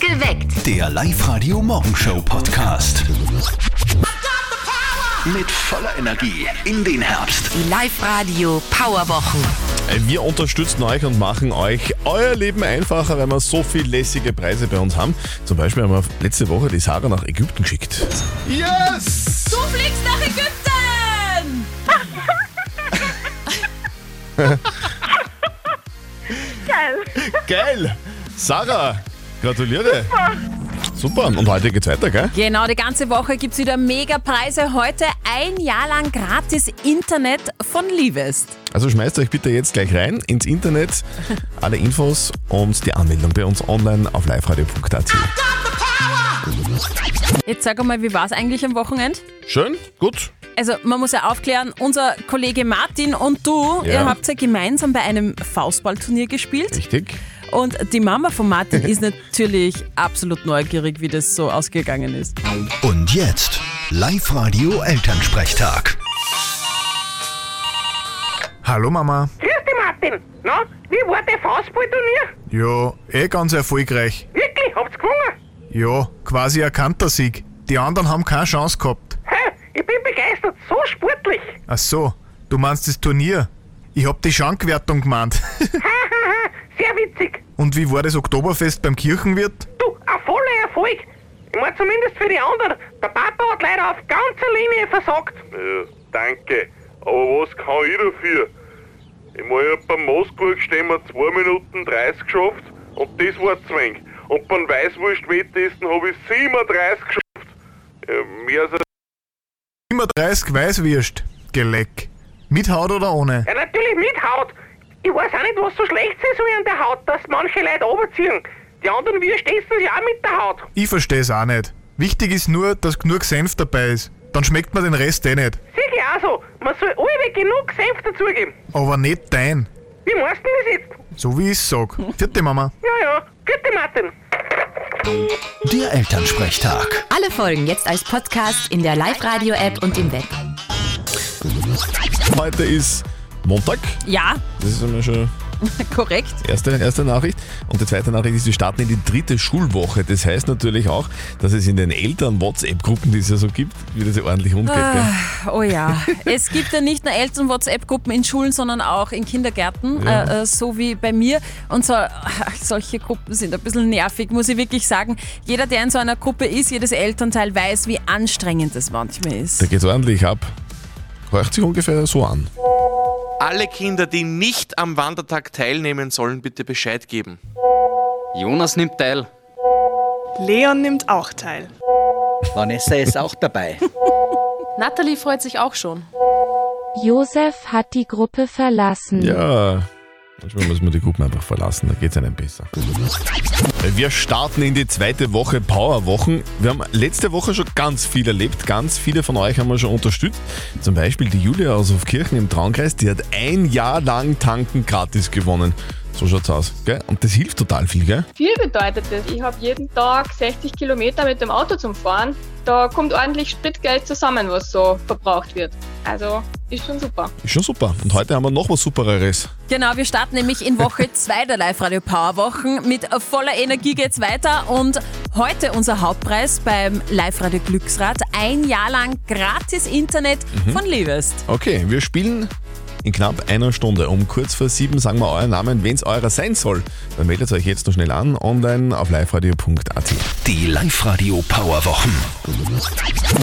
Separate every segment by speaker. Speaker 1: Geweckt.
Speaker 2: Der Live-Radio-Morgenshow-Podcast. Mit voller Energie in den Herbst.
Speaker 3: Die Live-Radio Powerwochen.
Speaker 4: Äh, Wir unterstützen euch und machen euch euer Leben einfacher, weil wir so viel lässige Preise bei uns haben. Zum Beispiel haben wir letzte Woche die Sarah nach Ägypten geschickt. Yes!
Speaker 5: Du fliegst nach Ägypten!
Speaker 6: Geil.
Speaker 4: Geil! Sarah, gratuliere! Super, und heute geht's weiter, gell?
Speaker 5: Genau, die ganze Woche gibt's wieder mega Preise. Heute ein Jahr lang gratis Internet von Livest.
Speaker 4: Also schmeißt euch bitte jetzt gleich rein ins Internet. Alle Infos und die Anmeldung bei uns online auf liveradio.at.
Speaker 5: Jetzt sag mal, wie war's eigentlich am Wochenende?
Speaker 4: Schön, gut.
Speaker 5: Also, man muss ja aufklären, unser Kollege Martin und du,
Speaker 4: Ja.
Speaker 5: ihr habt ja gemeinsam bei einem Faustballturnier gespielt.
Speaker 4: Richtig.
Speaker 5: Und die Mama von Martin ist natürlich absolut neugierig, wie das so ausgegangen ist.
Speaker 2: Und jetzt Live-Radio Elternsprechtag.
Speaker 7: Hallo Mama.
Speaker 6: Grüß dich, Martin. Na, wie war dein Faustballturnier?
Speaker 7: Ja, eh ganz erfolgreich.
Speaker 6: Wirklich, habt's gewonnen?
Speaker 7: Ja, quasi ein Kantersieg. Die anderen haben keine Chance gehabt.
Speaker 6: Hä, ich bin begeistert, so sportlich.
Speaker 7: Ach so, du meinst das Turnier? Ich hab die Schankwertung gemeint.
Speaker 6: Hahaha, sehr witzig.
Speaker 7: Und wie war das Oktoberfest beim Kirchenwirt?
Speaker 6: Du, ein voller Erfolg. Ich meine, zumindest für die anderen. Der Papa hat leider auf ganzer Linie versagt.
Speaker 8: Ja, danke. Aber was kann ich dafür? Ich mein, ich hab beim Moskau stehen wir 2 Minuten 30 geschafft und das war zu wenig. Und beim Weißwurst-Wettessen habe ich 37 geschafft. Ja, mehr als
Speaker 7: Immer 30 Weißwürst. Geleck. Mit Haut oder ohne?
Speaker 6: Ja, natürlich mit Haut. Ich weiß auch nicht, was so schlecht sein soll an der Haut, dass manche Leute runterziehen. Die anderen Würste essen sie auch mit der Haut.
Speaker 7: Ich versteh's auch nicht. Wichtig ist nur, dass genug Senf dabei ist. Dann schmeckt man den Rest eh nicht.
Speaker 6: Sicher auch so. Man soll alle genug Senf dazugeben.
Speaker 7: Aber nicht dein.
Speaker 6: Wie meinst du denn das jetzt?
Speaker 7: So wie ich's sag. Vierte Mama.
Speaker 6: Ja, ja. Gute Martin.
Speaker 2: Der Elternsprechtag.
Speaker 3: Alle Folgen jetzt als Podcast in der Live-Radio-App und im Web.
Speaker 4: Heute ist Montag.
Speaker 5: Ja,
Speaker 4: Das ist immer schon
Speaker 5: korrekt.
Speaker 4: Erste, erste Nachricht. Und die zweite Nachricht ist, wir starten in die dritte Schulwoche. Das heißt natürlich auch, dass es in den Eltern-WhatsApp-Gruppen, die es ja so gibt, wieder so ordentlich rund geht. Gell?
Speaker 5: Oh ja, es gibt ja nicht nur Eltern-WhatsApp-Gruppen in Schulen, sondern auch in Kindergärten, äh, äh, so wie bei mir. Und so, ach, solche Gruppen sind ein bisschen nervig, muss ich wirklich sagen. Jeder, der in so einer Gruppe ist, jedes Elternteil weiß, wie anstrengend das manchmal
Speaker 4: Da
Speaker 5: ist.
Speaker 4: geht's ordentlich ab. Hört sich ungefähr so an.
Speaker 9: Alle Kinder, die nicht am Wandertag teilnehmen, sollen bitte Bescheid geben.
Speaker 10: Jonas nimmt teil.
Speaker 11: Leon nimmt auch teil.
Speaker 10: Vanessa ist auch dabei.
Speaker 11: Natalie freut sich auch schon.
Speaker 6: Josef hat die Gruppe verlassen.
Speaker 4: Ja. Manchmal müssen wir die Gruppen einfach verlassen, da geht's einem besser. Wir starten in die zweite Woche Powerwochen. Wir haben letzte Woche schon ganz viel erlebt, ganz viele von euch haben wir schon unterstützt. Zum Beispiel die Julia aus Hofkirchen im Traunkreis, die hat ein Jahr lang tanken gratis gewonnen. So schaut's aus, gell? Und das hilft total viel, gell?
Speaker 11: Viel bedeutet das. Ich habe jeden Tag 60 Kilometer mit dem Auto zum Fahren. Da kommt ordentlich Spritgeld zusammen, was so verbraucht wird. Also ist schon super.
Speaker 4: Ist schon super. Und heute haben wir noch was Supereres.
Speaker 5: Genau, wir starten nämlich in Woche 2 der Live-Radio Powerwochen. Mit voller Energie geht's weiter und heute unser Hauptpreis beim Live-Radio Glücksrad. Ein Jahr lang gratis Internet von Liebest.
Speaker 4: Okay, wir spielen in knapp einer Stunde. Um kurz vor sieben sagen wir euren Namen, wenn's eurer sein soll. Dann meldet euch jetzt noch schnell an, online auf liveradio.at.
Speaker 2: Die Live-Radio Powerwochen.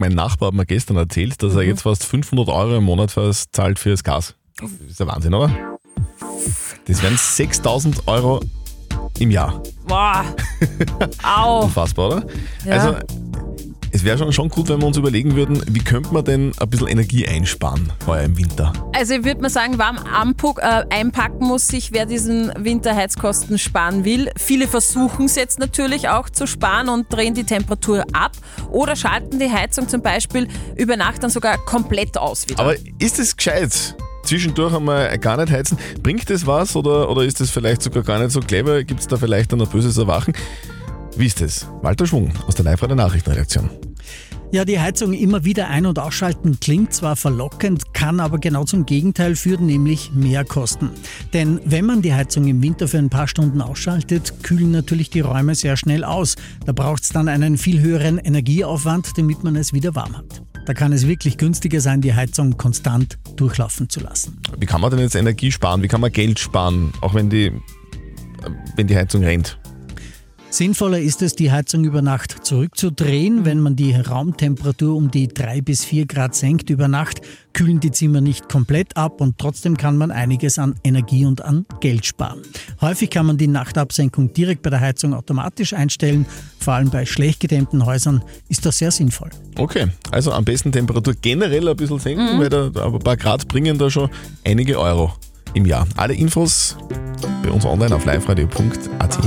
Speaker 4: Mein Nachbar hat mir gestern erzählt, dass er jetzt fast 500 Euro im Monat fast zahlt fürs Gas. Das ist der Wahnsinn, oder? Das wären 6000 Euro im Jahr.
Speaker 5: Boah. Au.
Speaker 4: Unfassbar, oder?
Speaker 5: Ja.
Speaker 4: Also, es wäre schon, schon gut, wenn wir uns überlegen würden, wie könnte man denn ein bisschen Energie einsparen heuer im Winter?
Speaker 5: Also ich würde mal sagen, warm anpuck, äh, einpacken muss sich, wer diesen Winterheizkosten sparen will. Viele versuchen es jetzt natürlich auch zu sparen und drehen die Temperatur ab oder schalten die Heizung zum Beispiel über Nacht dann sogar komplett aus wieder.
Speaker 4: Aber ist es gescheit? Zwischendurch einmal gar nicht heizen. Bringt das was oder, oder ist das vielleicht sogar gar nicht so clever? Gibt es da vielleicht dann ein böses Erwachen? Wie ist das? Walter Schwung aus der Live-Radio-Nachrichtenredaktion.
Speaker 1: Ja, die Heizung immer wieder ein- und ausschalten klingt zwar verlockend, kann aber genau zum Gegenteil führen, nämlich mehr Kosten. Denn wenn man die Heizung im Winter für ein paar Stunden ausschaltet, kühlen natürlich die Räume sehr schnell aus. Da braucht es dann einen viel höheren Energieaufwand, damit man es wieder warm hat. Da kann es wirklich günstiger sein, die Heizung konstant durchlaufen zu lassen.
Speaker 4: Wie kann man denn jetzt Energie sparen? Wie kann man Geld sparen, auch wenn die, äh, wenn die Heizung rennt?
Speaker 1: Sinnvoller ist es, die Heizung über Nacht zurückzudrehen. Wenn man die Raumtemperatur um die 3 bis 4 Grad senkt über Nacht, kühlen die Zimmer nicht komplett ab und trotzdem kann man einiges an Energie und an Geld sparen. Häufig kann man die Nachtabsenkung direkt bei der Heizung automatisch einstellen. Vor allem bei schlecht gedämmten Häusern ist das sehr sinnvoll.
Speaker 4: Okay, also am besten Temperatur generell ein bisschen senken, weil da da ein paar Grad bringen da schon einige Euro im Jahr. Alle Infos bei uns online auf liveradio.at.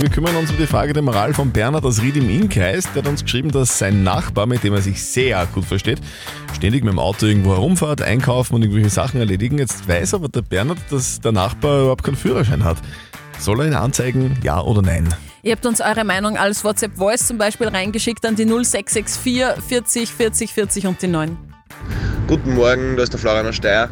Speaker 4: Wir kümmern uns um die Frage der Moral von Bernhard aus Ried im Innkreis. Der hat uns geschrieben, dass sein Nachbar, mit dem er sich sehr gut versteht, ständig mit dem Auto irgendwo herumfährt, einkaufen und irgendwelche Sachen erledigen. Jetzt weiß aber der Bernhard, dass der Nachbar überhaupt keinen Führerschein hat. Soll er ihn anzeigen, ja oder nein?
Speaker 5: Ihr habt uns eure Meinung als WhatsApp-Voice zum Beispiel reingeschickt an die 0664 40 40 40 und die 9.
Speaker 12: Guten Morgen, da ist der Florian aus Steyr.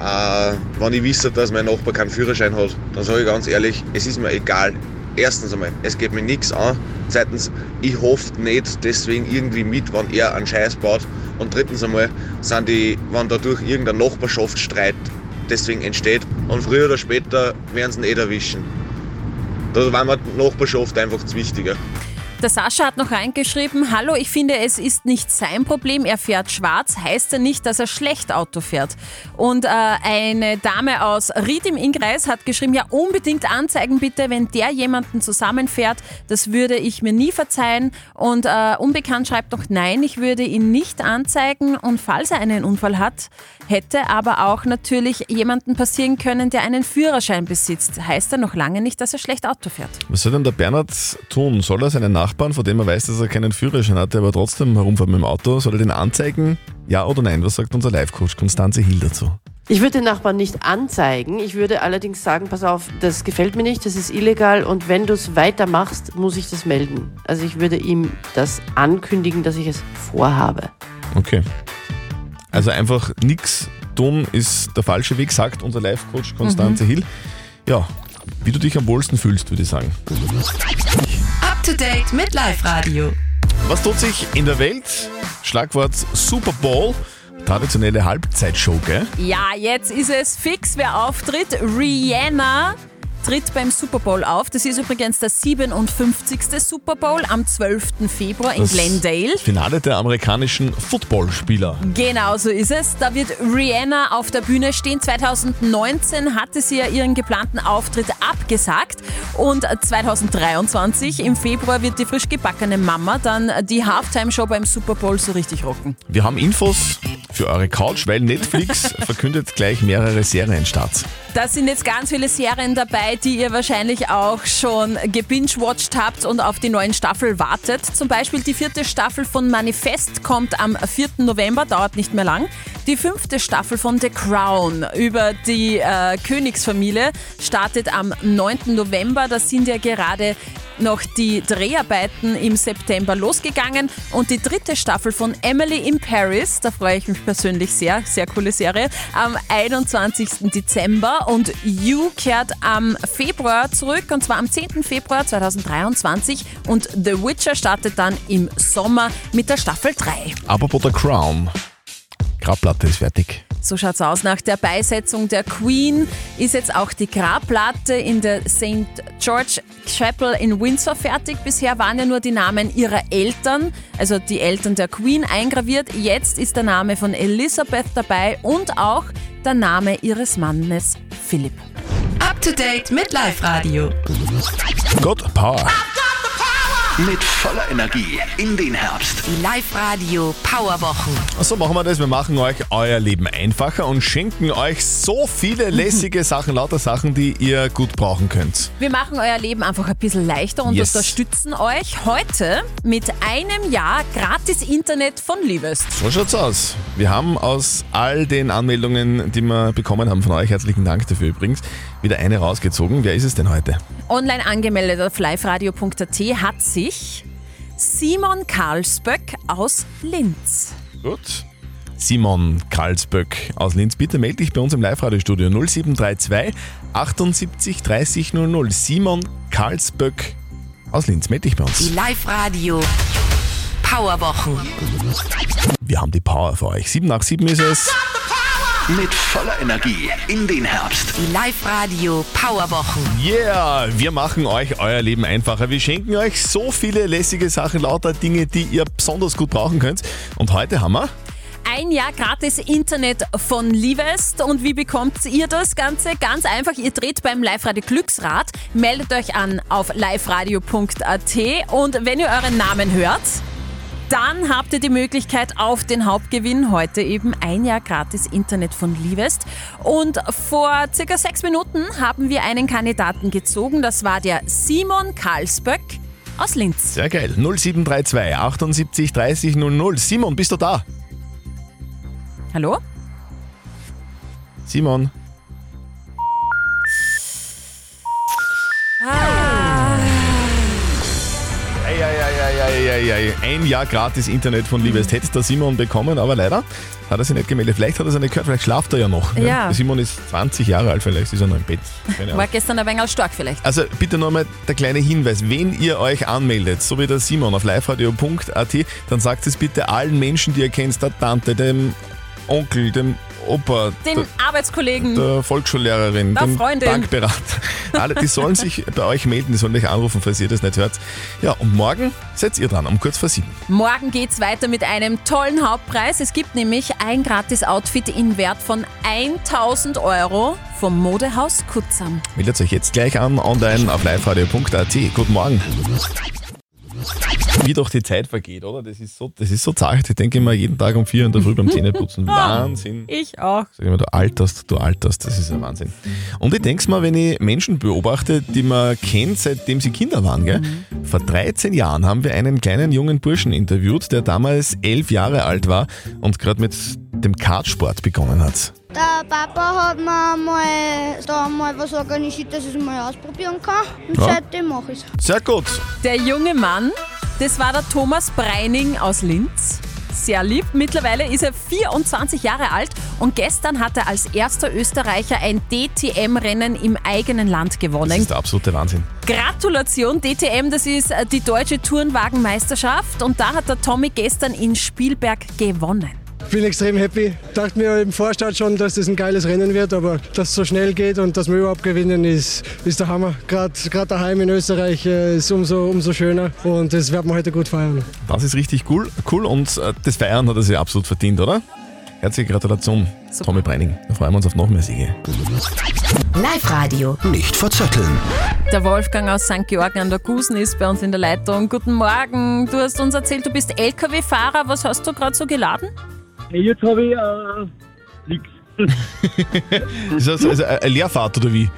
Speaker 12: Äh, wenn ich wüsste, dass mein Nachbar keinen Führerschein hat, dann sage ich ganz ehrlich, es ist mir egal. Erstens einmal, es geht mir nichts an. Zweitens, ich hoffe nicht deswegen irgendwie mit, wenn er einen Scheiß baut. Und drittens einmal, sind die, wenn dadurch irgendein Nachbarschaftsstreit deswegen entsteht und früher oder später werden sie ihn eh erwischen. Da war mir die Nachbarschaft einfach zu wichtiger.
Speaker 5: Der Sascha hat noch reingeschrieben, hallo, ich finde, es ist nicht sein Problem, er fährt schwarz, heißt ja nicht, dass er schlecht Auto fährt. Und äh, eine Dame aus Ried im Innkreis hat geschrieben, ja, unbedingt anzeigen bitte, wenn der jemanden zusammenfährt, das würde ich mir nie verzeihen. Und äh, Unbekannt schreibt noch, nein, ich würde ihn nicht anzeigen und falls er einen Unfall hat, hätte aber auch natürlich jemanden passieren können, der einen Führerschein besitzt. Heißt ja noch lange nicht, dass er schlecht Auto fährt.
Speaker 4: Was soll denn der Bernhard tun? Soll er seinen Nachbarn, von dem er weiß, dass er keinen Führerschein hat, der aber trotzdem herumfährt mit dem Auto, soll er den anzeigen? Ja oder nein? Was sagt unser Live-Coach Konstanze Hill dazu?
Speaker 13: Ich würde den Nachbarn nicht anzeigen. Ich würde allerdings sagen, pass auf, das gefällt mir nicht, das ist illegal und wenn du es weitermachst, muss ich das melden. Also ich würde ihm das ankündigen, dass ich es vorhabe.
Speaker 4: Okay. Also einfach nichts tun ist der falsche Weg, sagt unser Live-Coach Konstanze
Speaker 14: Mhm.
Speaker 4: Hill. Ja, wie du dich am wohlsten fühlst, würde ich sagen.
Speaker 14: Up to date mit Live Radio.
Speaker 4: Was tut sich in der Welt? Schlagwort Super Bowl, traditionelle Halbzeitshow, gell?
Speaker 5: Ja, jetzt ist es fix, wer auftritt. Rihanna tritt beim Super Bowl auf. Das ist übrigens der 57. Super Bowl am 12. Februar in
Speaker 4: Das
Speaker 5: Glendale.
Speaker 4: Finale der amerikanischen Footballspieler.
Speaker 5: Genau so ist es. Da wird Rihanna auf der Bühne stehen. 2019 hatte sie ja ihren geplanten Auftritt abgesagt und 2023 im Februar wird die frisch gebackene Mama dann die Halftime-Show beim Super Bowl so richtig rocken.
Speaker 4: Wir haben Infos für eure Couch, weil Netflix verkündet gleich mehrere Serienstarts.
Speaker 5: Da sind jetzt ganz viele Serien dabei, die ihr wahrscheinlich auch schon gebinge-watched habt und auf die neuen Staffel wartet. Zum Beispiel die vierte Staffel von Manifest kommt am 4. November, dauert nicht mehr lang. Die fünfte Staffel von The Crown über die äh, Königsfamilie startet am 9. November. Da sind ja gerade noch die Dreharbeiten im September losgegangen und die dritte Staffel von Emily in Paris, da freue ich mich persönlich sehr, sehr coole Serie, am 21. Dezember und You kehrt am Februar zurück und zwar am 10. Februar 2023 und The Witcher startet dann im Sommer mit der Staffel 3.
Speaker 4: Apropos der Crown. Grabplatte ist fertig.
Speaker 5: So schaut's aus. Nach der Beisetzung der Queen ist jetzt auch die Grabplatte in der St. George Chapel in Windsor fertig. Bisher waren ja nur die Namen ihrer Eltern, also die Eltern der Queen, eingraviert. Jetzt ist der Name von Elizabeth dabei und auch der Name ihres Mannes Philipp.
Speaker 14: Up to date mit Live Radio.
Speaker 4: Gott, Power.
Speaker 2: Mit voller Energie in den Herbst.
Speaker 14: Die Live Radio Powerwochen.
Speaker 4: So machen wir das. Wir machen euch euer Leben einfacher und schenken euch so viele lässige Sachen, lauter Sachen, die ihr gut brauchen könnt.
Speaker 5: Wir machen euer Leben einfach ein bisschen leichter und
Speaker 4: Yes.
Speaker 5: unterstützen euch heute mit einem Jahr gratis Internet von Liebest.
Speaker 4: So schaut's aus. Wir haben aus all den Anmeldungen, die wir bekommen haben von euch, herzlichen Dank dafür übrigens, wieder eine rausgezogen. Wer ist es denn heute?
Speaker 5: Online angemeldet auf liveradio.at hat sich Simon Karlsböck aus Linz.
Speaker 4: Gut. Simon Karlsböck aus Linz, bitte melde dich bei uns im Live-Radio-Studio 0732 78 30 00. Simon Karlsböck aus Linz, melde dich bei uns.
Speaker 14: Die Live-Radio Powerwochen.
Speaker 4: Wir haben die Power für euch. 7 nach 7 ist es.
Speaker 2: Mit voller Energie in den Herbst.
Speaker 14: Die Live-Radio Powerwochen.
Speaker 4: Yeah, wir machen euch euer Leben einfacher. Wir schenken euch so viele lässige Sachen, lauter Dinge, die ihr besonders gut brauchen könnt. Und heute haben wir
Speaker 5: Ein Jahr gratis Internet von Livest. Und wie bekommt ihr das Ganze? Ganz einfach, ihr dreht beim Live-Radio Glücksrad, meldet euch an auf liveradio.at und wenn ihr euren Namen hört, dann habt ihr die Möglichkeit auf den Hauptgewinn heute eben ein Jahr gratis Internet von Livest. Und vor circa sechs Minuten haben wir einen Kandidaten gezogen. Das war der Simon Karlsböck aus Linz.
Speaker 4: sehr geil. 0732 78 30 00. Simon, bist du da?
Speaker 5: Hallo?
Speaker 4: Simon. Ei, ei, ei, ei, ei, ei, ei. Ein Jahr gratis Internet von Liebest. Hätte der Simon bekommen, aber leider hat er sich nicht gemeldet. Vielleicht hat er es nicht gehört, vielleicht schlaft er ja noch.
Speaker 5: Ja.
Speaker 4: Der Simon ist 20 Jahre alt, vielleicht ist er noch im Bett. Keine Ahnung.
Speaker 5: War gestern ein wenig stark vielleicht.
Speaker 4: Also bitte nochmal der kleine Hinweis, wenn ihr euch anmeldet, so wie der Simon auf liveradio.at, dann sagt es bitte allen Menschen, die ihr kennt, der Tante, dem Onkel, dem Opa,
Speaker 5: Den
Speaker 4: der,
Speaker 5: Arbeitskollegen.
Speaker 4: der äh, Volksschullehrerin,
Speaker 5: Der
Speaker 4: dem
Speaker 5: Freundin.
Speaker 4: Bankberater. Alle, die sollen sich bei euch melden, die sollen euch anrufen, falls ihr das nicht hört. Ja, und morgen seid ihr dran, um kurz vor sieben.
Speaker 5: Morgen geht's weiter mit einem tollen Hauptpreis. Es gibt nämlich ein gratis Outfit im Wert von 1000 Euro vom Modehaus Kutzam.
Speaker 4: Meldet euch jetzt gleich an, online auf liveradio.at. Guten Morgen. Wie doch die Zeit vergeht, oder? Das ist so, das ist so zart. Ich denke immer jeden Tag um vier in der Früh beim Zähneputzen. Wahnsinn.
Speaker 5: Ich auch.
Speaker 4: Sag immer, du alterst, du alterst, das ist ein Wahnsinn. Und ich denke mal, wenn ich Menschen beobachte, die man kennt, seitdem sie Kinder waren, gell? vor 13 Jahren haben wir einen kleinen jungen Burschen interviewt, der damals elf Jahre alt war und gerade mit dem Kartsport begonnen hat.
Speaker 15: Der Papa hat mir mal, da mal was organisiert, dass ich es mal ausprobieren kann. Und
Speaker 4: Ja.
Speaker 15: seitdem mache ich es.
Speaker 4: Sehr gut.
Speaker 5: Der junge Mann, das war der Thomas Breining aus Linz. Sehr lieb. Mittlerweile ist er 24 Jahre alt und gestern hat er als erster Österreicher ein DTM-Rennen im eigenen Land
Speaker 4: Das
Speaker 5: gewonnen.
Speaker 4: ist der absolute Wahnsinn.
Speaker 5: Gratulation, DTM, das ist äh, die deutsche Tourenwagenmeisterschaft und da hat der Tommy gestern in Spielberg gewonnen.
Speaker 16: Ich bin extrem happy. Dachte mir im Vorstart schon, dass das ein geiles Rennen wird, aber dass es so schnell geht und dass wir überhaupt gewinnen, ist, ist der Hammer. Gerade daheim in Österreich äh, ist umso, umso schöner und das werden wir heute gut feiern.
Speaker 4: Das ist richtig cool, cool und äh, das Feiern hat er sich absolut verdient, oder? Herzliche Gratulation, Tommy Breining. Da freuen wir uns auf noch mehr Siege.
Speaker 14: Live-Radio.
Speaker 2: Nicht verzetteln.
Speaker 5: Der Wolfgang aus St. Georgen an der Gusen ist bei uns in der Leitung. Guten Morgen, du hast uns erzählt, du bist LKW-Fahrer. Was hast du gerade so geladen?
Speaker 17: Jetzt habe ich äh, nichts.
Speaker 4: Ist das also eine Leerfahrt oder wie?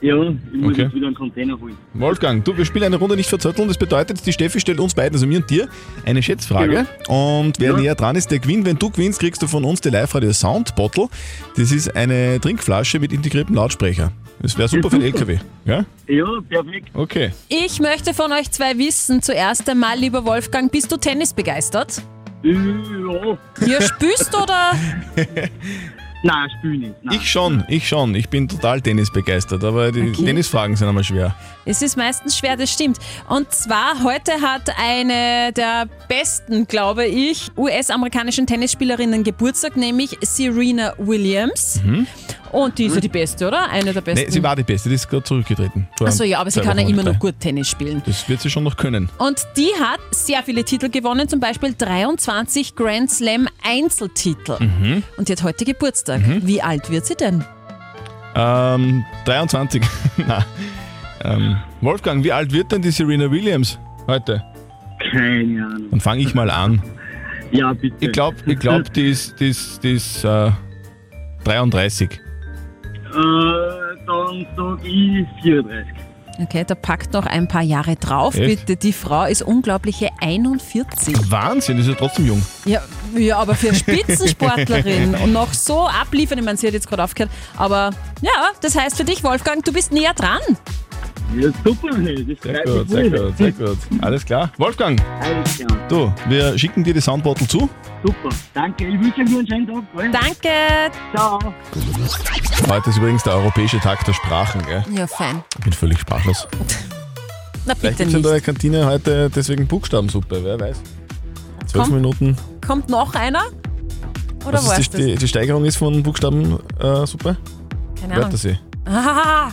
Speaker 17: Ja, ich muss
Speaker 4: Okay.
Speaker 17: jetzt wieder einen Container holen.
Speaker 4: Wolfgang, du, wir spielen eine Runde nicht verzötteln. Das bedeutet, die Steffi stellt uns beiden, also mir und dir, eine Schätzfrage. Und wer näher dran ist, der gewinnt. Wenn du gewinnst, kriegst du von uns die Live-Radio Sound Bottle. Das ist eine Trinkflasche mit integriertem Lautsprecher. Das wäre super für den LKW. Ja?
Speaker 17: Ja, perfekt.
Speaker 4: Okay.
Speaker 5: Ich möchte von euch zwei wissen. Zuerst einmal, lieber Wolfgang, bist du Tennis begeistert?
Speaker 17: Ja.
Speaker 5: Ihr spüßt oder?
Speaker 17: Nein, spiel nicht. Nein.
Speaker 4: Ich schon, ich schon. Ich bin total Tennis begeistert, aber die
Speaker 5: Okay.
Speaker 4: Tennisfragen sind einmal schwer.
Speaker 5: Es ist meistens schwer, das stimmt. Und zwar heute hat eine der besten, glaube ich, US-amerikanischen Tennisspielerinnen Geburtstag, nämlich Serena Williams.
Speaker 4: Mhm.
Speaker 5: Und die ist ja die beste, oder? Eine der besten.
Speaker 4: Nee, sie war die Beste, die ist gerade zurückgetreten. Vor
Speaker 5: Achso, ja, aber sie
Speaker 4: zwei
Speaker 5: kann ja
Speaker 4: Wochen
Speaker 5: immer
Speaker 4: oder
Speaker 5: noch
Speaker 4: drei.
Speaker 5: gut Tennis spielen.
Speaker 4: Das wird sie schon noch können.
Speaker 5: Und die hat sehr viele Titel gewonnen, zum Beispiel 23 Grand Slam Einzeltitel.
Speaker 4: Mhm.
Speaker 5: Und die hat heute Geburtstag. Wie alt wird sie denn?
Speaker 4: Ähm, 23. Nein. Ähm, Wolfgang, wie alt wird denn die Serena Williams heute?
Speaker 17: Keine Ahnung.
Speaker 4: Dann fange ich mal an.
Speaker 17: Ja, bitte.
Speaker 4: Ich glaube, ich glaub, die ist, die ist, die ist äh, 33.
Speaker 17: Äh, dann sag ich 34.
Speaker 5: Okay, da packt noch ein paar Jahre drauf,
Speaker 4: Echt?
Speaker 5: bitte. Die Frau ist unglaubliche 41.
Speaker 4: Wahnsinn, die ist ja trotzdem jung.
Speaker 5: Ja, ja, aber für Spitzensportlerin und noch so abliefern, ich meine, sie hat jetzt gerade aufgehört, aber ja, das heißt für dich, Wolfgang, du bist näher dran.
Speaker 17: Ja, super, das
Speaker 4: Sehr
Speaker 17: freut
Speaker 4: gut,
Speaker 17: mich
Speaker 4: sehr
Speaker 17: wohl.
Speaker 4: gut, sehr gut. Alles klar. Wolfgang,
Speaker 17: Alles klar,
Speaker 4: du, wir schicken dir die Soundbottle zu.
Speaker 17: super. Danke, ich wünsche euch einen schönen Tag. Gell? Danke. Ciao.
Speaker 4: Heute ist übrigens der Europäische Tag der Sprachen, gell?
Speaker 5: Ja, fein.
Speaker 4: Ich bin völlig sprachlos.
Speaker 5: Na bitte
Speaker 4: Vielleicht gibt es in
Speaker 5: nicht.
Speaker 4: der Kantine heute deswegen Buchstabensuppe, wer weiß. Zwölf
Speaker 5: Komm.
Speaker 4: Minuten.
Speaker 5: Kommt noch einer? Oder
Speaker 4: Was
Speaker 5: war's
Speaker 4: Also ist die, die,
Speaker 5: das?
Speaker 4: die Steigerung ist von äh, Buchstabensuppe?
Speaker 5: Keine Ahnung.
Speaker 4: Wörtersee.
Speaker 5: Ahaha.